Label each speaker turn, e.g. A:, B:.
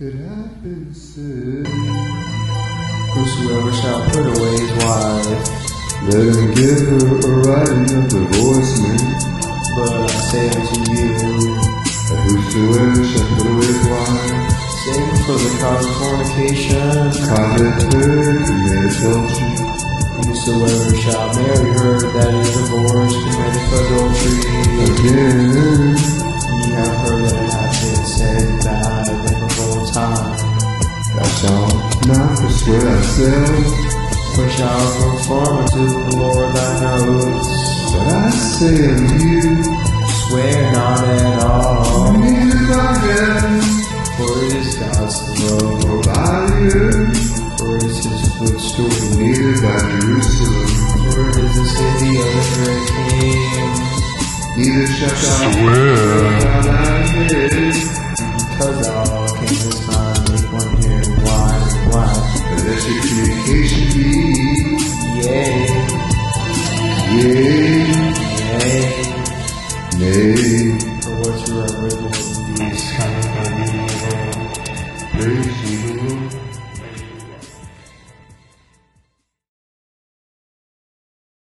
A: It happens soon. Whosoever shall put away his wife, let him give her a writing of divorcement. But I say unto you, that whosoever shall put away his wife, save for the cause of fornication, committed her, committed adultery. Whosoever shall marry her that is divorced, committeth adultery. Again, ye have heard that it hath been said by them of old time. Thou shalt not forswear thyself, but shalt perform unto the Lord thine oaths. But I say unto you, swear not at all, neither not yet, for it is God's love for thy years, for it is his footstool near thy Jerusalem, for it is the city of the great king. Neither shalt thou
B: Swear.
A: bow thy head, because thou canst this time make one hear why, why,
C: Let your communication be,
A: yea,
C: yea,
A: yea.
C: nay,
A: for whatsoever it will be is coming from thee, O Lord.
C: praise ye the Lord.